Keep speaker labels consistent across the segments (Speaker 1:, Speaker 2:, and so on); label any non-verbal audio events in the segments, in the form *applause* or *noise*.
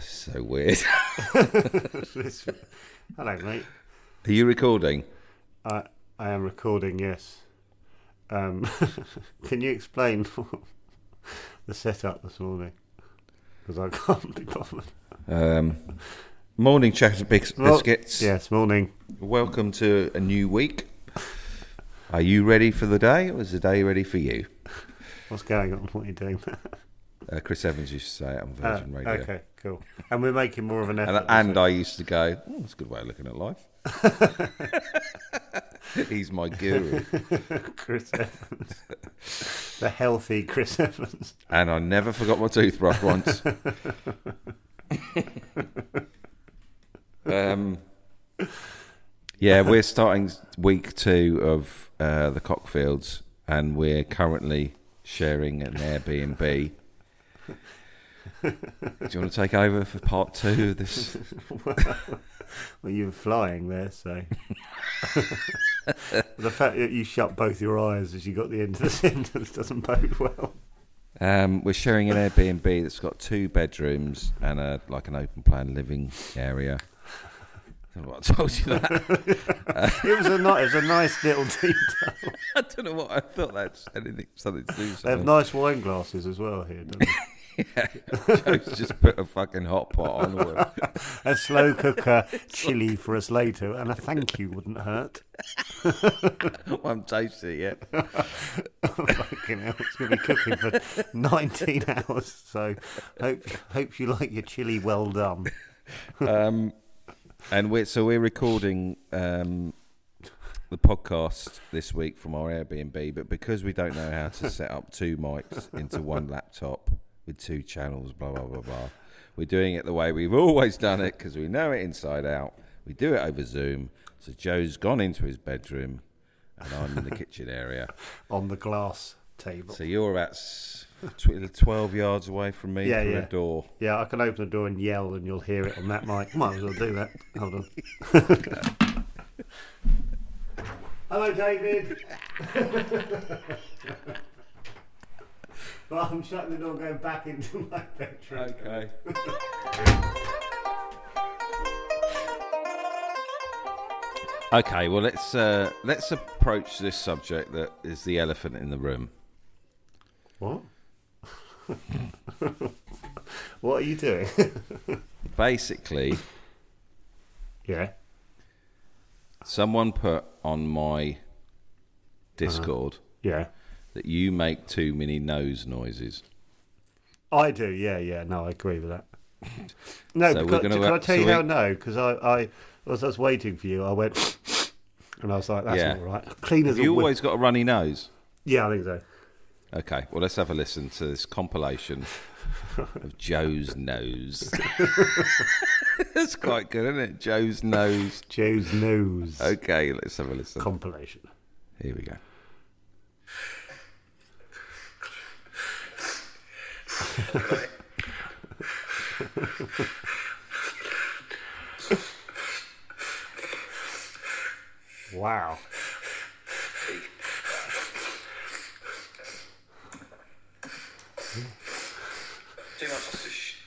Speaker 1: So weird. *laughs*
Speaker 2: Hello, mate.
Speaker 1: Are you recording?
Speaker 2: I I am recording. Yes. Um, *laughs* can you explain *laughs* the setup this morning? Because I can't be bothered.
Speaker 1: Um, morning, Chatterbix
Speaker 2: Well,
Speaker 1: Biscuits.
Speaker 2: yes, morning.
Speaker 1: Welcome to a new week. Are you ready for the day, or is the day ready for you?
Speaker 2: What's going on? What are
Speaker 1: *laughs*
Speaker 2: you doing?
Speaker 1: Uh, Chris Evans used to say it on
Speaker 2: Uh,
Speaker 1: Virgin Radio.
Speaker 2: okay, cool. And we're making more of an
Speaker 1: And,
Speaker 2: effort.
Speaker 1: and I used to go, oh, that's a good way of looking at
Speaker 2: *laughs*
Speaker 1: life. *laughs* He's my guru.
Speaker 2: Chris Evans, *laughs* the healthy Chris Evans.
Speaker 1: And I never forgot my toothbrush once. um, yeah, we're starting week two of uh, the Cockfields, and we're currently sharing an Airbnb. Do you want to take over for part two of this?
Speaker 2: *laughs* Well, you were flying there, so. *laughs* the fact that you shut both your eyes as you got the end of the *laughs* sentence doesn't bode well.
Speaker 1: Um, we're sharing an Airbnb that's got two bedrooms and a like an open plan living area. I don't know what I told you that.
Speaker 2: It was a nice, it was a nice little detail.
Speaker 1: *laughs* I don't know what I thought that's anything something to do. with
Speaker 2: They have
Speaker 1: Something. *laughs*
Speaker 2: nice wine glasses as well here, don't they?
Speaker 1: Joe's just put a fucking hot pot on. Or *laughs*
Speaker 2: A slow cooker chili for us later, and a thank you wouldn't hurt. *laughs*
Speaker 1: I'm tasting it yet.
Speaker 2: Oh, Fucking hell, it's going to be cooking for 19 hours, so hope hope you like your chili well done.
Speaker 1: And we're so we're recording um, the podcast this week from our Airbnb, but because we don't know how to set up two mics into one laptop with two channels, blah blah blah blah, we're doing it the way we've always done it because we know it inside out. We do it over Zoom. So Joe's gone into his bedroom, and I'm in the kitchen area.
Speaker 2: On the glass table.
Speaker 1: So you're about s- tw- twelve yards away from me
Speaker 2: Yeah,
Speaker 1: through
Speaker 2: yeah.
Speaker 1: a door.
Speaker 2: Yeah, I can open the door and yell, and you'll hear it on that mic. Might as well do that. Hold on. *laughs* Hello, David. well, I'm shutting the door, going back into my bedroom.
Speaker 1: Okay. okay. Well, let's uh, let's approach this subject that is the elephant in the room.
Speaker 2: What? *laughs* what are you doing? *laughs*
Speaker 1: Basically,
Speaker 2: yeah.
Speaker 1: someone put on my Discord
Speaker 2: Yeah.
Speaker 1: that you make too many nose noises.
Speaker 2: I do, yeah, yeah. No, I agree with that. No,
Speaker 1: So we're
Speaker 2: because,
Speaker 1: gonna
Speaker 2: can I
Speaker 1: have-
Speaker 2: tell
Speaker 1: so
Speaker 2: you
Speaker 1: we-
Speaker 2: how no? Because I, I, as I was waiting for you, I went, *laughs* and I was like, "That's
Speaker 1: Yeah.
Speaker 2: not right." Clean as
Speaker 1: Have
Speaker 2: a
Speaker 1: you
Speaker 2: whip.
Speaker 1: always got a runny nose?
Speaker 2: Yeah, I think so.
Speaker 1: Okay, well, let's have a listen to this compilation of Joe's nose. *laughs* That's quite good, isn't it? Joe's nose.
Speaker 2: Joe's nose
Speaker 1: Okay, let's have a listen.
Speaker 2: compilation.
Speaker 1: Here we go.
Speaker 2: Wow.
Speaker 3: Too much sausage.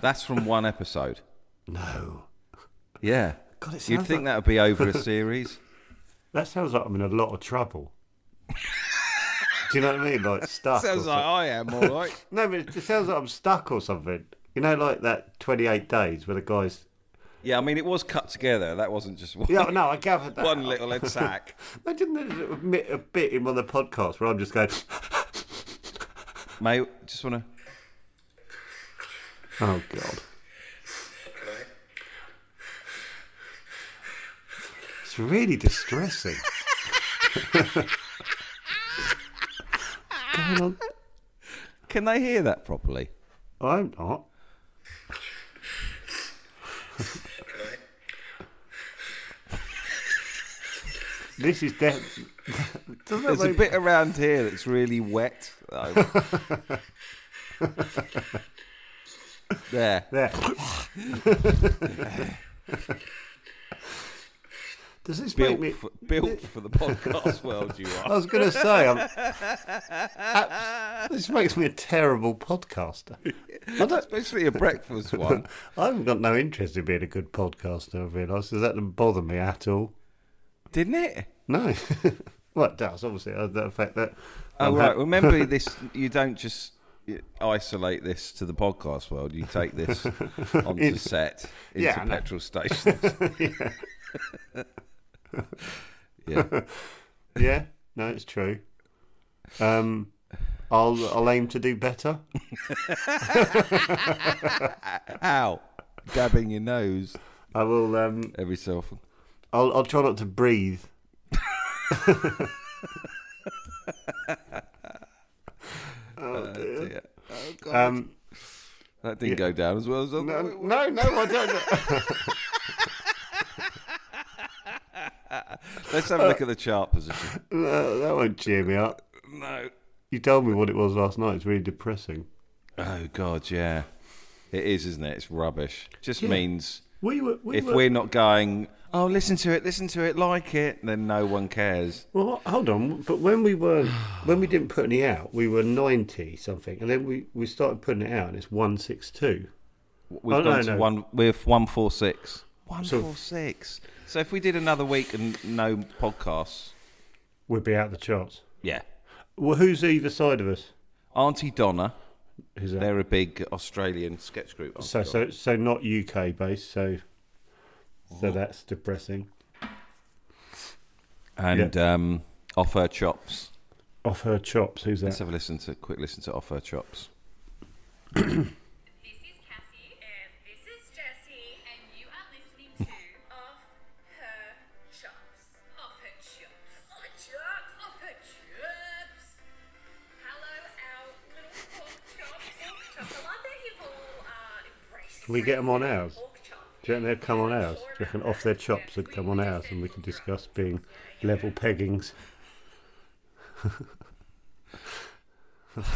Speaker 1: That's from one episode.
Speaker 2: No,
Speaker 1: Yeah.
Speaker 2: God, it
Speaker 1: You'd
Speaker 2: sounds
Speaker 1: think
Speaker 2: like-
Speaker 1: that would be over a series.
Speaker 2: that sounds like I'm in a lot of trouble. Do you know what I mean?
Speaker 1: *laughs*
Speaker 2: Like stuck. or
Speaker 1: Sounds like
Speaker 2: something.
Speaker 1: I am, all right.
Speaker 2: No, but it sounds like I'm stuck or something. You know, like that 28 days where the guys.
Speaker 1: *laughs* yeah, I mean, it was cut together. That wasn't just one,
Speaker 2: Yeah, no, I gathered that.
Speaker 1: one little head
Speaker 2: *laughs*
Speaker 1: sack.
Speaker 2: Imagine there's a bit- a bit in one of the podcasts where I'm just going, *laughs*
Speaker 1: Mate, just want to.
Speaker 2: oh, God.
Speaker 3: Can I?
Speaker 2: It's really distressing. *laughs* What's going on?
Speaker 1: Can they hear that properly?
Speaker 2: I'm not. *laughs*
Speaker 3: Can I?
Speaker 2: This is death. *laughs* Doesn't that
Speaker 1: There's a
Speaker 2: make...
Speaker 1: bit around here that's really wet. though. there. *laughs*
Speaker 2: There. *laughs* Does this
Speaker 1: Built,
Speaker 2: make me? Oh,
Speaker 1: for,
Speaker 2: *laughs*
Speaker 1: built for the podcast world, you
Speaker 2: I
Speaker 1: are.
Speaker 2: was going to say, I'm... Abs- this makes me a terrible podcaster. I don't...
Speaker 1: Especially a breakfast one.
Speaker 2: I haven't got no interest in being a good podcaster. I've realised. Does that bother me at all?
Speaker 1: Didn't it?
Speaker 2: No. *laughs* well, it does. Obviously, uh, the fact that.
Speaker 1: Oh,
Speaker 2: I'm
Speaker 1: right.
Speaker 2: hap-
Speaker 1: Remember this. You don't just isolate this to the podcast world. You take
Speaker 2: *laughs*
Speaker 1: this onto set into
Speaker 2: Yeah, I know.
Speaker 1: petrol stations.
Speaker 2: *laughs*
Speaker 1: yeah.
Speaker 2: Yeah. No, it's true. Um, I'll I'll aim to do better.
Speaker 1: Ow. Dabbing your nose
Speaker 2: I will. Um,
Speaker 1: every so often.
Speaker 2: I'll I'll try not to breathe.
Speaker 1: Yeah. Oh, God.
Speaker 2: Um,
Speaker 1: that didn't go down as well as I
Speaker 2: no,
Speaker 1: thought it would.
Speaker 2: no, no, I don't.
Speaker 1: Let's have a look at the chart position.
Speaker 2: *laughs* no, that won't cheer me up.
Speaker 1: No.
Speaker 2: You told me what it was last night. It's really depressing.
Speaker 1: Oh, God, yeah. It is, isn't it? It's rubbish. Just means
Speaker 2: We were. We
Speaker 1: if
Speaker 2: were-
Speaker 1: we're not going, oh, listen to it, listen to it, like it, then no one cares.
Speaker 2: Well, hold on. But when we were when we didn't put any out, we were ninety something, and then we we started putting it out, and it's one six two.
Speaker 1: We've
Speaker 2: Oh,
Speaker 1: gone
Speaker 2: no,
Speaker 1: to
Speaker 2: no.
Speaker 1: one with one four six. One
Speaker 2: So-
Speaker 1: four six. So if we did another week and no podcasts,
Speaker 2: We'd be out the charts.
Speaker 1: yeah.
Speaker 2: Well, who's either side of us?
Speaker 1: Auntie Donna,
Speaker 2: Who's that?
Speaker 1: they're a big Australian sketch group. Auntie
Speaker 2: so
Speaker 1: Donna.
Speaker 2: so so not UK based. So so that's depressing.
Speaker 1: and um, Off Her Chops.
Speaker 2: Off her chops. Who's
Speaker 1: Let's
Speaker 2: that?
Speaker 1: have a listen to quick listen to Off Her Chops.
Speaker 4: This is Cassie. And this is Jessie. And you are listening to Off Her Chops. Off Her Chops. Off Her Chops. Off Her Chops. Hello, our little pork chop. Pork chop. I love that you've all uh, embraced
Speaker 2: Can we get 'em on ours?
Speaker 4: Pork chop.
Speaker 2: Do you reckon they'd come on ours? Do you reckon off their chops would come on ours, and we could discuss being level peggings? *laughs*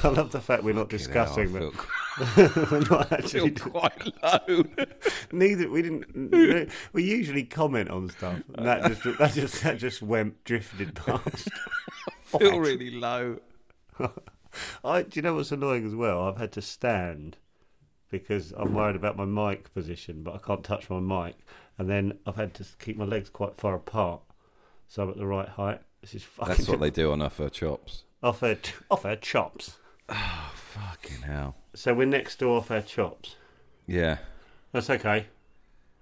Speaker 2: I love the fact we're not discussing
Speaker 1: Yeah, I
Speaker 2: that.
Speaker 1: feel-
Speaker 2: *laughs* We're not
Speaker 1: feel *laughs*
Speaker 2: actually.
Speaker 1: quite low.
Speaker 2: *laughs*
Speaker 1: *laughs*
Speaker 2: Neither we didn't. no, we usually comment on stuff. And that just that just that just went drifted *laughs* past.
Speaker 1: feel really low.
Speaker 2: I, do you know what's annoying as well? I've had to stand because I'm worried about my mic position, but I can't touch my mic. And then I've had to keep my legs quite far apart, so I'm at the right height. This is fucking
Speaker 1: That's what they do on Off Her Chops.
Speaker 2: *laughs* off our ch- off our chops.
Speaker 1: Fucking hell.
Speaker 2: So we're next to off our chops.
Speaker 1: Yeah.
Speaker 2: That's okay.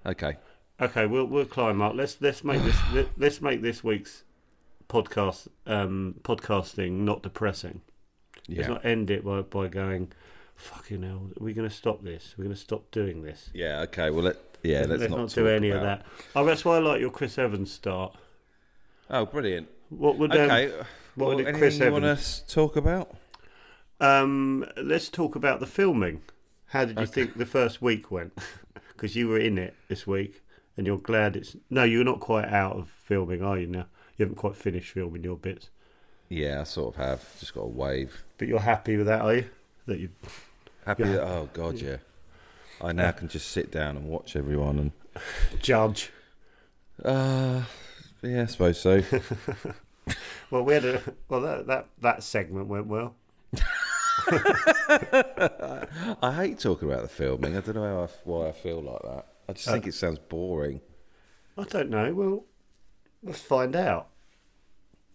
Speaker 1: Okay.
Speaker 2: Okay, we'll we'll climb up. Let's let's
Speaker 1: *sighs*
Speaker 2: make this let, let's make this week's podcast um podcasting not depressing.
Speaker 1: Yeah.
Speaker 2: Let's not end it by by going. Fucking hell! We're going to stop this. We're going to stop doing this.
Speaker 1: yeah. Okay. Well, let, yeah. Let's,
Speaker 2: Let's
Speaker 1: not,
Speaker 2: not, do
Speaker 1: talk
Speaker 2: any of
Speaker 1: about-
Speaker 2: that. Oh, that's why I like your Chris Evans start.
Speaker 1: Oh, brilliant.
Speaker 2: What would um,
Speaker 1: Okay.
Speaker 2: what
Speaker 1: well,
Speaker 2: did
Speaker 1: anything
Speaker 2: Chris
Speaker 1: you want
Speaker 2: Evans-
Speaker 1: to talk about?
Speaker 2: um? Let's talk about the filming. How did you think the first week went? *laughs* Because you were in it this week, and you're glad it's no. You're not quite out of filming, are you? Now you haven't quite finished filming your bits,
Speaker 1: Yeah, I sort of have. Just got a wave.
Speaker 2: but you're happy with that, are you? That you
Speaker 1: Happy. That, oh God, yeah. I now can just sit down and watch everyone, and
Speaker 2: judge.
Speaker 1: uh, yeah, I suppose *laughs* so.
Speaker 2: Well, we had a well that that that segment went well.
Speaker 1: I hate talking about the filming. I don't know how I, why I feel like that. I just think it sounds boring.
Speaker 2: I don't know. Well, let's find out.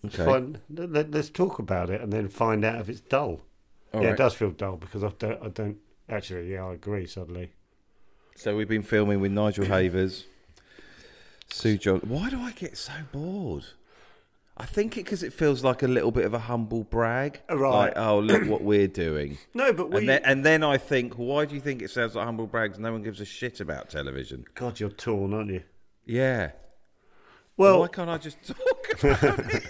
Speaker 1: Okay.
Speaker 2: Find, let, us talk about it and then find out if it's dull.
Speaker 1: All
Speaker 2: yeah,
Speaker 1: right.
Speaker 2: it does feel dull because I don't. I don't actually. Yeah, I agree. Suddenly,
Speaker 1: So we've been filming with *coughs* Nigel Havers, Sue John. Why do I get so bored? I think it because it feels like a little bit of a humble brag.
Speaker 2: Right.
Speaker 1: Like, oh, look what we're *coughs* doing.
Speaker 2: no, but we.
Speaker 1: and, then, and then I think, why do you think it sounds like humble brags? No one gives a shit about television.
Speaker 2: God, you're torn, aren't you?
Speaker 1: Yeah.
Speaker 2: Well,
Speaker 1: why can't I just *laughs* talk? about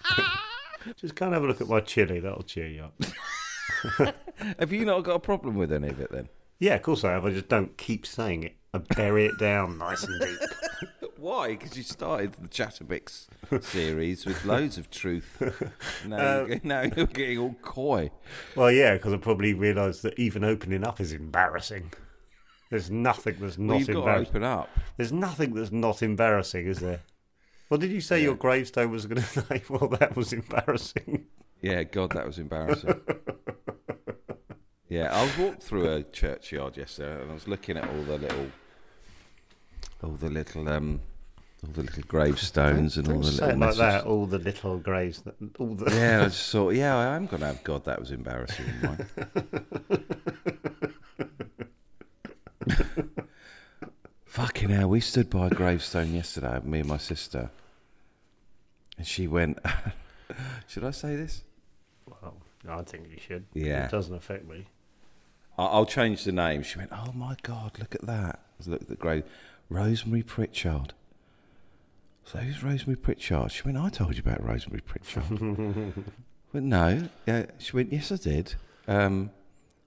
Speaker 1: *laughs*
Speaker 2: just go and have a look at my chili. That'll cheer you up. *laughs*
Speaker 1: Have you not got a problem with any of it then?
Speaker 2: yeah, of course I have. I just don't keep saying it. I bury it down nice and deep.
Speaker 1: Why? Because you started the *laughs* Chatterbix series with loads of *laughs* truth. Now, you're, now you're getting all *laughs* coy.
Speaker 2: Well, yeah, because I probably realised that even opening up is embarrassing. There's nothing that's not
Speaker 1: Well, you've got to
Speaker 2: embarrassing.
Speaker 1: open up.
Speaker 2: There's nothing that's not embarrassing, is there? Well, did you say your gravestone was *laughs* going to say? Well, that was embarrassing.
Speaker 1: Yeah, God, that was embarrassing. yeah, I was walked through a churchyard yesterday, and I was looking at all the little, all the little, um, all the little gravestones and all
Speaker 2: Don't
Speaker 1: the
Speaker 2: say
Speaker 1: little
Speaker 2: it like that.
Speaker 1: messages.
Speaker 2: All the little graves. All the
Speaker 1: Yeah, and I just thought, yeah, I am going to have God. That was embarrassing. in mine. *laughs* Fucking hell, we stood by a gravestone yesterday, me and my sister, and she went. *laughs* Should I say this?
Speaker 2: Well, I think you should.
Speaker 1: Yeah.
Speaker 2: It doesn't affect me.
Speaker 1: I- I'll change the name. She went, Oh my God, look at that. I looked at the grave. Rosemary Pritchard. So who's Rosemary Pritchard? She went, I told you about Rosemary
Speaker 2: *laughs*
Speaker 1: Pritchard. I went, No. Yeah. She went, Yes, I did. Um,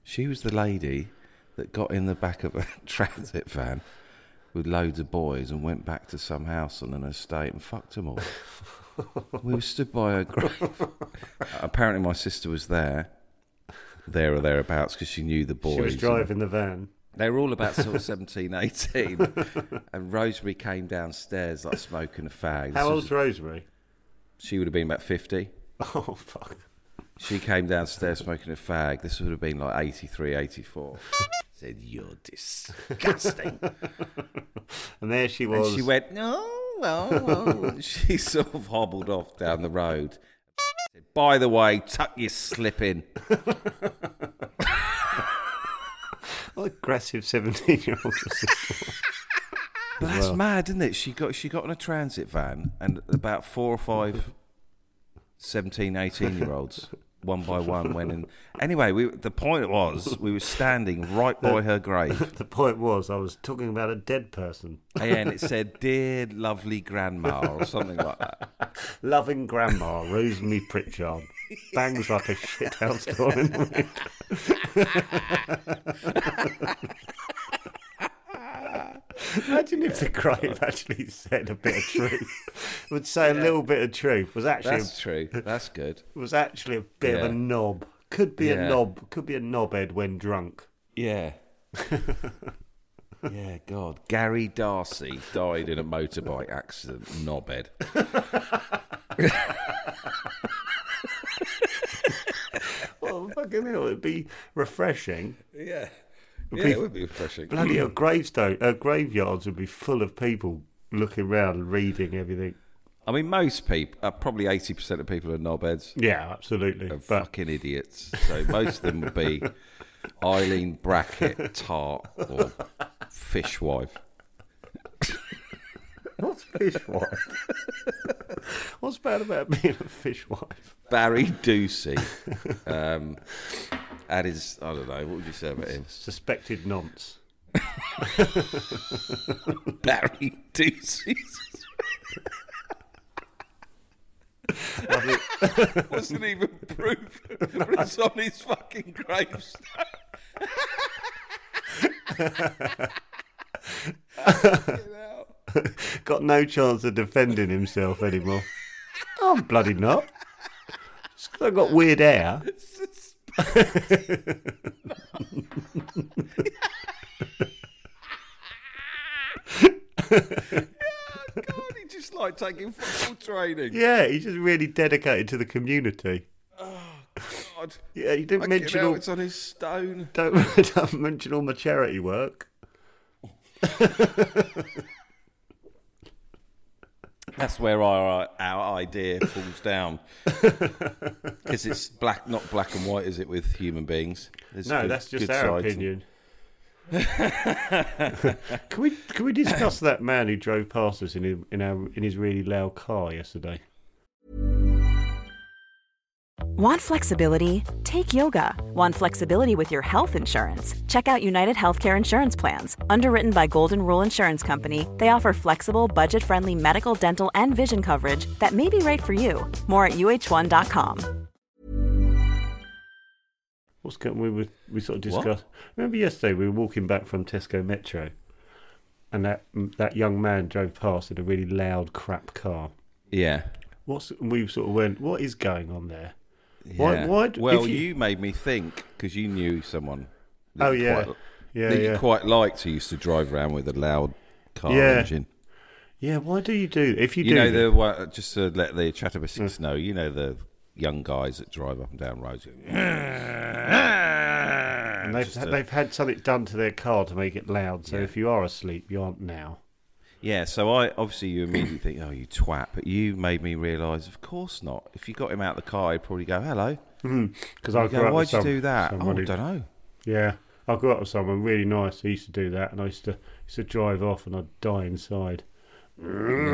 Speaker 1: she was the lady that got in the back of a *laughs* transit van with loads of boys and went back to some house on an estate and fucked them all. we were stood by her grave. *laughs* Apparently, my sister was there, there or thereabouts, because she knew the boys.
Speaker 2: She was driving the van.
Speaker 1: They were all about sort of 17, 18. *laughs* and Rosemary came downstairs like smoking a fag. This
Speaker 2: How
Speaker 1: was-
Speaker 2: old's Rosemary? *laughs*
Speaker 1: She would have been about 50.
Speaker 2: Oh fuck.
Speaker 1: She came downstairs smoking a fag. This would have been like 83, 84. *laughs* Said, You're
Speaker 2: *laughs*
Speaker 1: disgusting.
Speaker 2: And there she
Speaker 1: and
Speaker 2: was.
Speaker 1: she went, No, well, well. *laughs* She sort of hobbled off down the road. Said, By the way, tuck your slip in.
Speaker 2: What aggressive seventeen-year-old. *laughs*
Speaker 1: But that's mad, isn't it? She got she got in a transit van and about four or five 17, 18 year *laughs* olds, one by one, went in. Anyway, we, the point was we were standing right by her grave
Speaker 2: the point was, I was talking about a dead person.
Speaker 1: and it said, Dear lovely grandma, or something like *laughs* that.
Speaker 2: Loving grandma, Rosemary Pritchard. Bangs like a shithouse door in the wind. Imagine if the grave actually said a bit of truth. It would say a little bit of truth. Was actually
Speaker 1: That's true. That's good.
Speaker 2: was actually a bit of
Speaker 1: Yeah.
Speaker 2: a knob. Could be
Speaker 1: Yeah.
Speaker 2: a knob. Could be a knobhead when drunk.
Speaker 1: Yeah. *laughs* yeah, God. Gary Darcy died in a motorbike accident, knobhead.
Speaker 2: Oh fucking hell! It'd be refreshing.
Speaker 1: Yeah. Yeah, it would be refreshing.
Speaker 2: Bloody hell, *clears throat* gravestone, uh, graveyards would be full of people looking round and reading everything.
Speaker 1: I mean, most people, uh, probably 80% of people are knobheads.
Speaker 2: Yeah, absolutely.
Speaker 1: and
Speaker 2: Mm. But
Speaker 1: fucking idiots. So most of them would be Eileen Brackett, Tart, or Fishwife.
Speaker 2: What's fishwife? *laughs* What's bad about being a fishwife?
Speaker 1: Barry Ducey um, had his, I don't know, what would you say about him?
Speaker 2: Suspected nonce.
Speaker 1: Barry Ducey. *laughs* Wasn't even proven, but it's on his fucking gravestone.
Speaker 2: Got no chance of defending himself anymore. I'm bloody not. Just 'cause I've got weird hair.
Speaker 1: God, he just like taking football training.
Speaker 2: Yeah, he's just really dedicated to the community.
Speaker 1: God.
Speaker 2: Yeah, he didn't
Speaker 1: Fucking
Speaker 2: mention
Speaker 1: hell,
Speaker 2: all.
Speaker 1: it's on his stone.
Speaker 2: Don't, *laughs* don't mention all my charity work.
Speaker 1: That's where our our idea falls
Speaker 2: *laughs*
Speaker 1: down because it's black, not black and white, is it? With human beings, There's
Speaker 2: No,
Speaker 1: good-
Speaker 2: that's just
Speaker 1: good
Speaker 2: our
Speaker 1: sides and-
Speaker 2: opinion. *laughs* can we can we discuss that man who drove past us in his, in our in his really loud car yesterday?
Speaker 5: Want flexibility? Take yoga. Want flexibility with your health insurance? Check out United Healthcare Insurance Plans. Underwritten by Golden Rule Insurance Company, they offer flexible, budget friendly medical, dental, and vision coverage that may be right for you. More at uh1.com.
Speaker 2: What's going? We were, we sort of
Speaker 1: What?
Speaker 2: discussed. Remember yesterday we were walking back from Tesco Metro, and that that young man drove past in a really loud crap car.
Speaker 1: Yeah.
Speaker 2: What's and we sort of went? What is going on there?
Speaker 1: Yeah.
Speaker 2: Why? Why? d-
Speaker 1: well,
Speaker 2: if
Speaker 1: you... made me think because you knew someone. that
Speaker 2: Oh
Speaker 1: you
Speaker 2: yeah,
Speaker 1: quite-
Speaker 2: yeah,
Speaker 1: that
Speaker 2: yeah.
Speaker 1: you quite liked who used to drive around with a loud car
Speaker 2: Yeah.
Speaker 1: engine.
Speaker 2: yeah. Why do you do? If you,
Speaker 1: You,
Speaker 2: do, Mm.
Speaker 1: know
Speaker 2: that-
Speaker 1: the one- just to let the chatterboxes know. You know the young guys that drive up and down roads.
Speaker 2: And they've,
Speaker 1: Just a-
Speaker 2: they've had something done to their car to make it loud. So
Speaker 1: Yeah.
Speaker 2: if you are asleep, you aren't now.
Speaker 1: Yeah, so I obviously you immediately think, oh, you twat, but you made me realise, of course not. If you got him out of the car, he'd probably go, hello.
Speaker 2: Because I
Speaker 1: You
Speaker 2: grew
Speaker 1: go,
Speaker 2: up
Speaker 1: Why'd
Speaker 2: with
Speaker 1: you
Speaker 2: some-
Speaker 1: do that? Oh,
Speaker 2: someone
Speaker 1: I
Speaker 2: who-
Speaker 1: don't know.
Speaker 2: Yeah, I grew up with someone really nice. He used to do that, and I used to used to drive off, and I'd die inside. *laughs*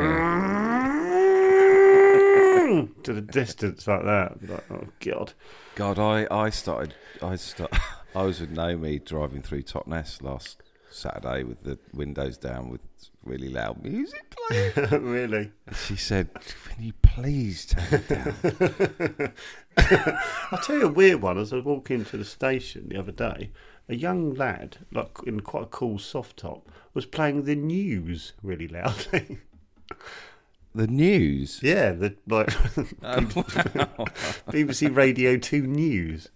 Speaker 2: to the distance like that. I'd be Like, oh God. *laughs*
Speaker 1: God, I, I started, I start, *laughs* I was with Naomi driving through Totnes last Saturday with the windows down with really loud music playing.
Speaker 2: really?
Speaker 1: she said, can you please turn it down?
Speaker 2: I'll tell you a weird one. As I walked into the station the other day, a young lad, like in quite a cool soft top, was playing the news really loudly. *laughs*
Speaker 1: The news.
Speaker 2: yeah, the like *laughs*
Speaker 1: *laughs* Oh,
Speaker 2: BBC Radio Two News.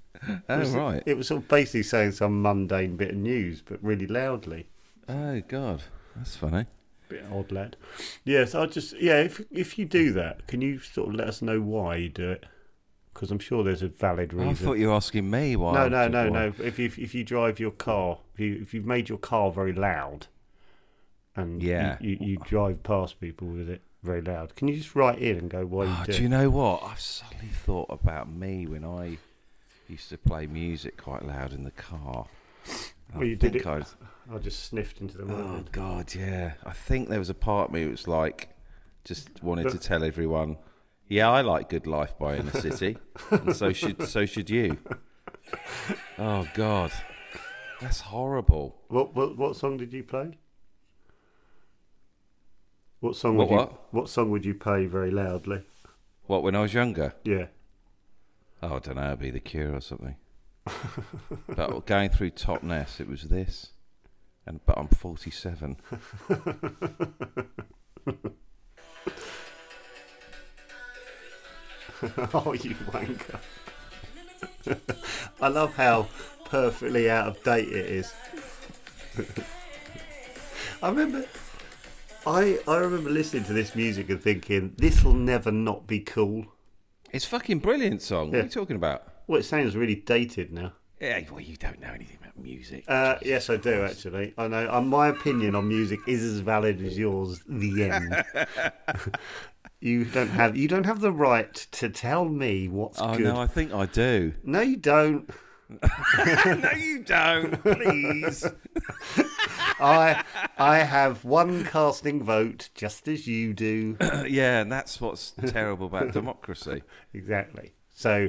Speaker 1: oh, right.
Speaker 2: It was sort of basically saying some mundane bit of news, but really loudly.
Speaker 1: Oh, God. That's funny.
Speaker 2: Bit odd, lad. Yes, I just yeah. If if you do that, can you sort of let us know why you do it? Because I'm sure there's a valid reason.
Speaker 1: I thought you were asking me why.
Speaker 2: no,
Speaker 1: I
Speaker 2: no,
Speaker 1: did
Speaker 2: no,
Speaker 1: what I
Speaker 2: no. If you if you drive your car, if you if you've made your car very loud, and you-
Speaker 1: Yeah.
Speaker 2: you, you, drive past people with it very loud, can you just write in and go why you
Speaker 1: Oh,
Speaker 2: do?
Speaker 1: do you
Speaker 2: it?
Speaker 1: know what? I've suddenly thought about me when I used to play music quite loud in the car. And
Speaker 2: Well,
Speaker 1: I
Speaker 2: you did
Speaker 1: think
Speaker 2: it-
Speaker 1: I was,
Speaker 2: I just sniffed into the
Speaker 1: oh
Speaker 2: mic.
Speaker 1: God, yeah. I think there was a part of me that was like, just wanted to tell everyone, yeah, I like good life by in the city, and so
Speaker 2: *laughs*
Speaker 1: should so should you. Oh God, that's horrible.
Speaker 2: What what what song did you play? What song
Speaker 1: What,
Speaker 2: would you
Speaker 1: what?
Speaker 2: what song would you play very loudly?
Speaker 1: What when I was younger?
Speaker 2: Yeah. *laughs*
Speaker 1: Oh, I don't know. It'd be the Cure or something. but going through Totnes, it was this, and but I'm 47.
Speaker 2: oh, you wanker! *laughs* I love how perfectly out of date it is. *laughs* I remember, I I remember listening to this music and thinking this will never not be cool.
Speaker 1: It's a fucking brilliant song. What are
Speaker 2: Yeah.
Speaker 1: you talking about?
Speaker 2: Well, it sounds really dated now.
Speaker 1: Yeah, well, you don't know anything about music.
Speaker 2: Uh, yes, I do actually. I know. Uh, my opinion on music is as valid as yours. The end.
Speaker 1: *laughs*
Speaker 2: you don't have you don't have the right to tell me what's
Speaker 1: oh
Speaker 2: good.
Speaker 1: no, I think I do.
Speaker 2: *laughs* No, you don't.
Speaker 1: no, you don't. *laughs* Please.
Speaker 2: I I have one casting vote, just as you do.
Speaker 1: yeah, and that's what's terrible
Speaker 2: *laughs*
Speaker 1: about democracy.
Speaker 2: exactly. So,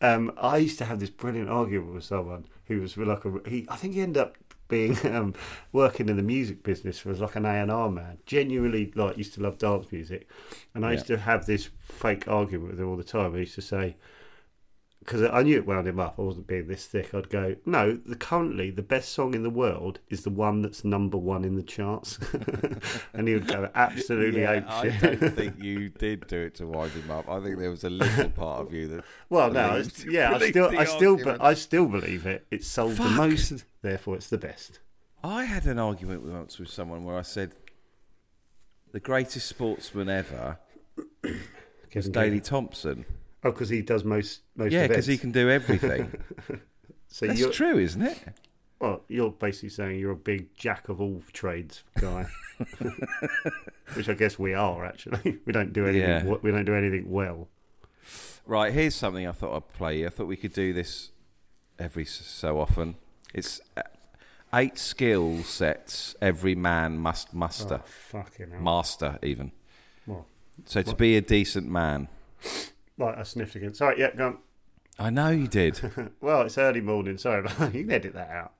Speaker 2: um, I used to have this brilliant argument with someone who was like a he. I think he ended up being *laughs* um, working in the music business for like an A and R man. Genuinely, like used to love dance music, and I used to have this fake argument with him all the time. I used to say. Because I knew it wound him up, I wasn't being this thick. I'd go, no. The currently the best song in the world is the one that's number one in the charts, *laughs* and he would go absolutely
Speaker 1: Yeah,
Speaker 2: apeshit.
Speaker 1: I don't think you did do it to wind him up. I think there was a little part of you that.
Speaker 2: Well, no,
Speaker 1: believed-
Speaker 2: it's,
Speaker 1: *laughs*
Speaker 2: yeah, I
Speaker 1: believed
Speaker 2: still,
Speaker 1: the
Speaker 2: I still,
Speaker 1: argument.
Speaker 2: but I still believe it. It's sold the most, therefore it's the best.
Speaker 1: I had an argument once with someone where I said the greatest sportsman ever was
Speaker 2: Kevin
Speaker 1: Daley
Speaker 2: Keegan.
Speaker 1: Thompson.
Speaker 2: Oh, because he does most, most.
Speaker 1: Yeah, because he
Speaker 2: events.
Speaker 1: can do everything.
Speaker 2: So
Speaker 1: That's
Speaker 2: you're,
Speaker 1: true, isn't it?
Speaker 2: Well, you're basically saying you're a big jack of all trades
Speaker 1: *laughs*
Speaker 2: guy, *laughs* which I guess we are. Actually, *laughs* we don't do anything.
Speaker 1: Yeah.
Speaker 2: w We don't do anything well.
Speaker 1: Right, here's something I thought I'd play. you. I thought we could do this every s- so often. It's uh, eight skill sets every man must muster,
Speaker 2: Fucking hell.
Speaker 1: master even.
Speaker 2: Well,
Speaker 1: So to be a decent man,
Speaker 2: right, I sniffed again. Sorry, yeah, go
Speaker 1: I know you did.
Speaker 2: on. Well, it's early morning. Sorry, about that. *laughs* you can edit that out.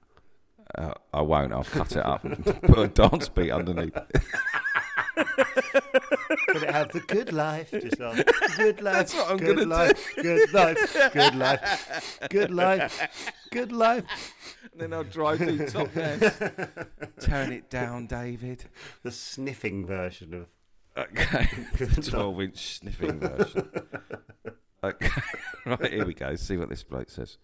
Speaker 1: Uh, I won't. I'll cut it up. and *laughs* Put a dance beat underneath.
Speaker 2: Could it have the good life? Just like, good life.
Speaker 1: That's what I'm
Speaker 2: good
Speaker 1: gonna
Speaker 2: life, Good life.
Speaker 1: *laughs*
Speaker 2: Good life. Good life. Good life.
Speaker 1: And then I'll drive through top nest. *laughs* Turn it down, David.
Speaker 2: The sniffing version of
Speaker 1: *laughs* Okay. 12 inch sniffing version. Okay. *laughs* Right, here we go. See what this bloke says.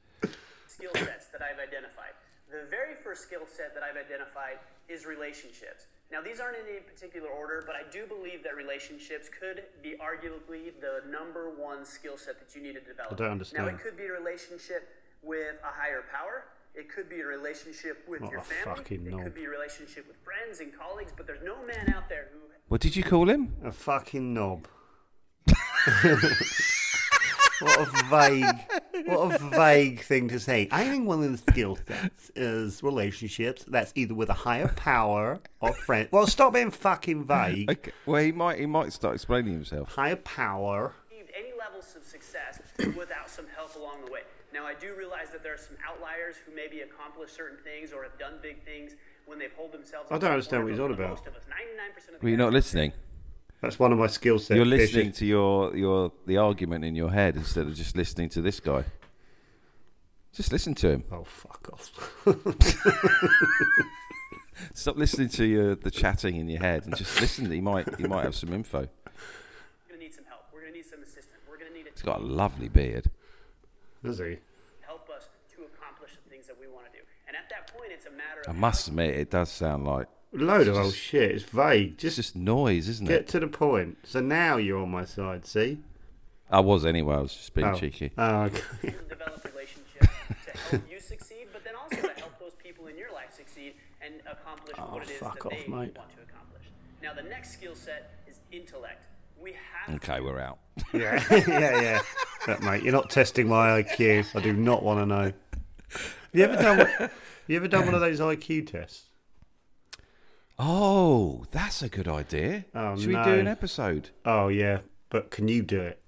Speaker 6: skill sets that I've identified. The very first skill set that I've identified is relationships. Now, these aren't in any particular order, but I do believe that relationships could be arguably the number one skill set that you need to
Speaker 2: I
Speaker 6: develop.
Speaker 2: don't
Speaker 6: Now,
Speaker 2: understand.
Speaker 6: it could be a relationship with a higher power. It could be a relationship with
Speaker 2: What
Speaker 6: your
Speaker 2: a
Speaker 6: family.
Speaker 2: fucking
Speaker 6: it
Speaker 2: knob.
Speaker 6: could be a relationship with friends and colleagues, but there's no man out there who
Speaker 1: What did you call him?
Speaker 2: a fucking knob. *laughs* what a vague, what a vague thing to say. I think one of the skill sets is relationships. That's either with a higher power or friend. Well, stop being fucking vague.
Speaker 1: Okay. Well, he might he might start explaining himself.
Speaker 2: Higher power.
Speaker 6: achieved any levels of success without some help along the way. Now, I do realize that there are some outliers who maybe accomplish certain things or have done big things when they've hold themselves.
Speaker 2: I don't understand what he's on about.
Speaker 6: Most of us, 99% of the
Speaker 1: Well, you're not
Speaker 6: guys-
Speaker 1: listening.
Speaker 2: That's one of my skill sets.
Speaker 1: You're listening to your your the argument in your head instead of just listening to this guy. Just listen to him.
Speaker 2: Oh fuck off! *laughs*
Speaker 1: Stop listening to your, the chatting in your head and just listen. He might he might have some info.
Speaker 6: We're going to need some help. We're going to need some assistance. We're going to need a
Speaker 1: He's
Speaker 6: team
Speaker 1: got a lovely beard.
Speaker 2: Does he?
Speaker 6: to help us to accomplish the things that we want to do. And at that point, it's a matter
Speaker 1: I
Speaker 6: of
Speaker 1: must admit, it does sound like
Speaker 2: Load of old shit. It's vague.
Speaker 1: it's
Speaker 2: Just,
Speaker 1: just noise, isn't
Speaker 2: get
Speaker 1: it?
Speaker 2: to the point. So now you're on my side. See?
Speaker 1: I was anyway. I was just being
Speaker 2: Oh.
Speaker 1: cheeky.
Speaker 2: Oh, okay. *laughs*
Speaker 6: to develop relationships to help you succeed, but then also to help those people in your life succeed and accomplish what it is
Speaker 2: Oh, fuck
Speaker 6: that
Speaker 2: off,
Speaker 6: they
Speaker 2: mate.
Speaker 6: want to accomplish. Now, the next skill set is intellect. We have
Speaker 1: Okay, we're out.
Speaker 2: Yeah, yeah, yeah. Look, mate, you're not testing my IQ. I do not want to know. Have you ever done? Have you ever done one of those IQ tests?
Speaker 1: Oh, that's a good idea.
Speaker 2: Oh,
Speaker 1: Should we
Speaker 2: no.
Speaker 1: do an episode?
Speaker 2: Oh yeah, but can you do it?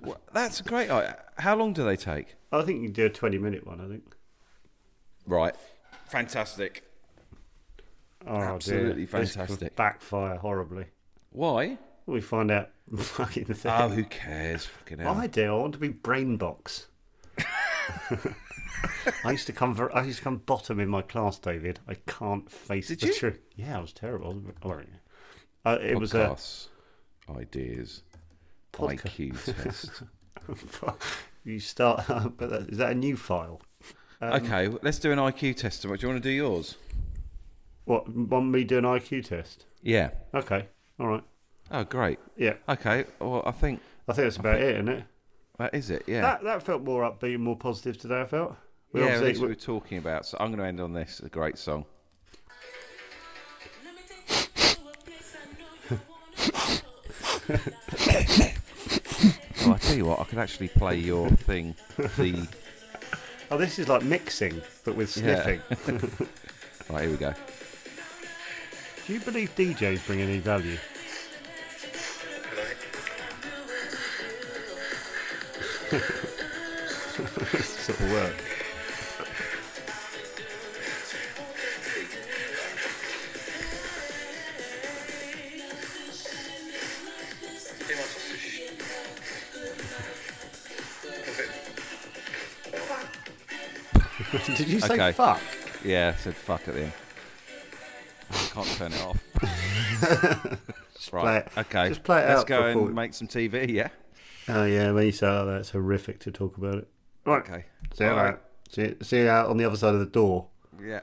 Speaker 1: Well, that's a great idea. How long do they take?
Speaker 2: I think you can do a twenty-minute one. I think.
Speaker 1: Right. Fantastic.
Speaker 2: Oh, dear.
Speaker 1: Absolutely
Speaker 2: This could
Speaker 1: fantastic.
Speaker 2: Backfire horribly.
Speaker 1: Why?
Speaker 2: We find out *laughs* fucking the thing.
Speaker 1: Oh, who cares? Fucking hell.
Speaker 2: I do. I want to be brain box. *laughs* I used to come. Ver- I used to come bottom in my class, David. I can't face
Speaker 1: Did
Speaker 2: the
Speaker 1: you?
Speaker 2: truth. Yeah, I was terrible. wasn't I? Or- Uh, it was a
Speaker 1: Podcasts, ideas,
Speaker 2: Podca- *laughs*
Speaker 1: IQ test.
Speaker 2: Um, you start. *laughs* But that, is that a new file?
Speaker 1: okay, well, let's do an IQ test. tomorrow. Do you want to do yours?
Speaker 2: What? Want me do an IQ test?
Speaker 1: Yeah.
Speaker 2: Okay. All right.
Speaker 1: Oh, great.
Speaker 2: Yeah.
Speaker 1: Okay. Well, I think
Speaker 2: I think that's about it, isn't it?
Speaker 1: that is it. Yeah.
Speaker 2: That that felt more upbeat, and more positive today. I felt. We
Speaker 1: yeah,
Speaker 2: obviously-
Speaker 1: that's what we we're talking about. So I'm going to end on this. A great song.
Speaker 7: Let me take you to a place I know you
Speaker 2: *laughs*
Speaker 7: wanna go.
Speaker 1: Oh, I tell you what, I could actually play your thing.
Speaker 2: *laughs*
Speaker 1: The
Speaker 2: oh, this is like mixing, but
Speaker 1: *laughs*
Speaker 2: with sniffing.
Speaker 1: right here we go.
Speaker 2: do you believe DJs bring any value? sort of work. Did you say
Speaker 1: Okay.
Speaker 2: fuck?
Speaker 1: Yeah, I said fuck at the end. Can't turn it off.
Speaker 2: *laughs*
Speaker 1: *laughs* right.
Speaker 2: play it-
Speaker 1: Okay.
Speaker 2: just play it
Speaker 1: Let's
Speaker 2: out
Speaker 1: go
Speaker 2: before-
Speaker 1: and make some TV. Yeah.
Speaker 2: Oh yeah, when you say that, it's horrific to talk about it. Right.
Speaker 1: Okay.
Speaker 2: See you
Speaker 1: All
Speaker 2: out. See, see you out on the other side of the door.
Speaker 1: Yeah.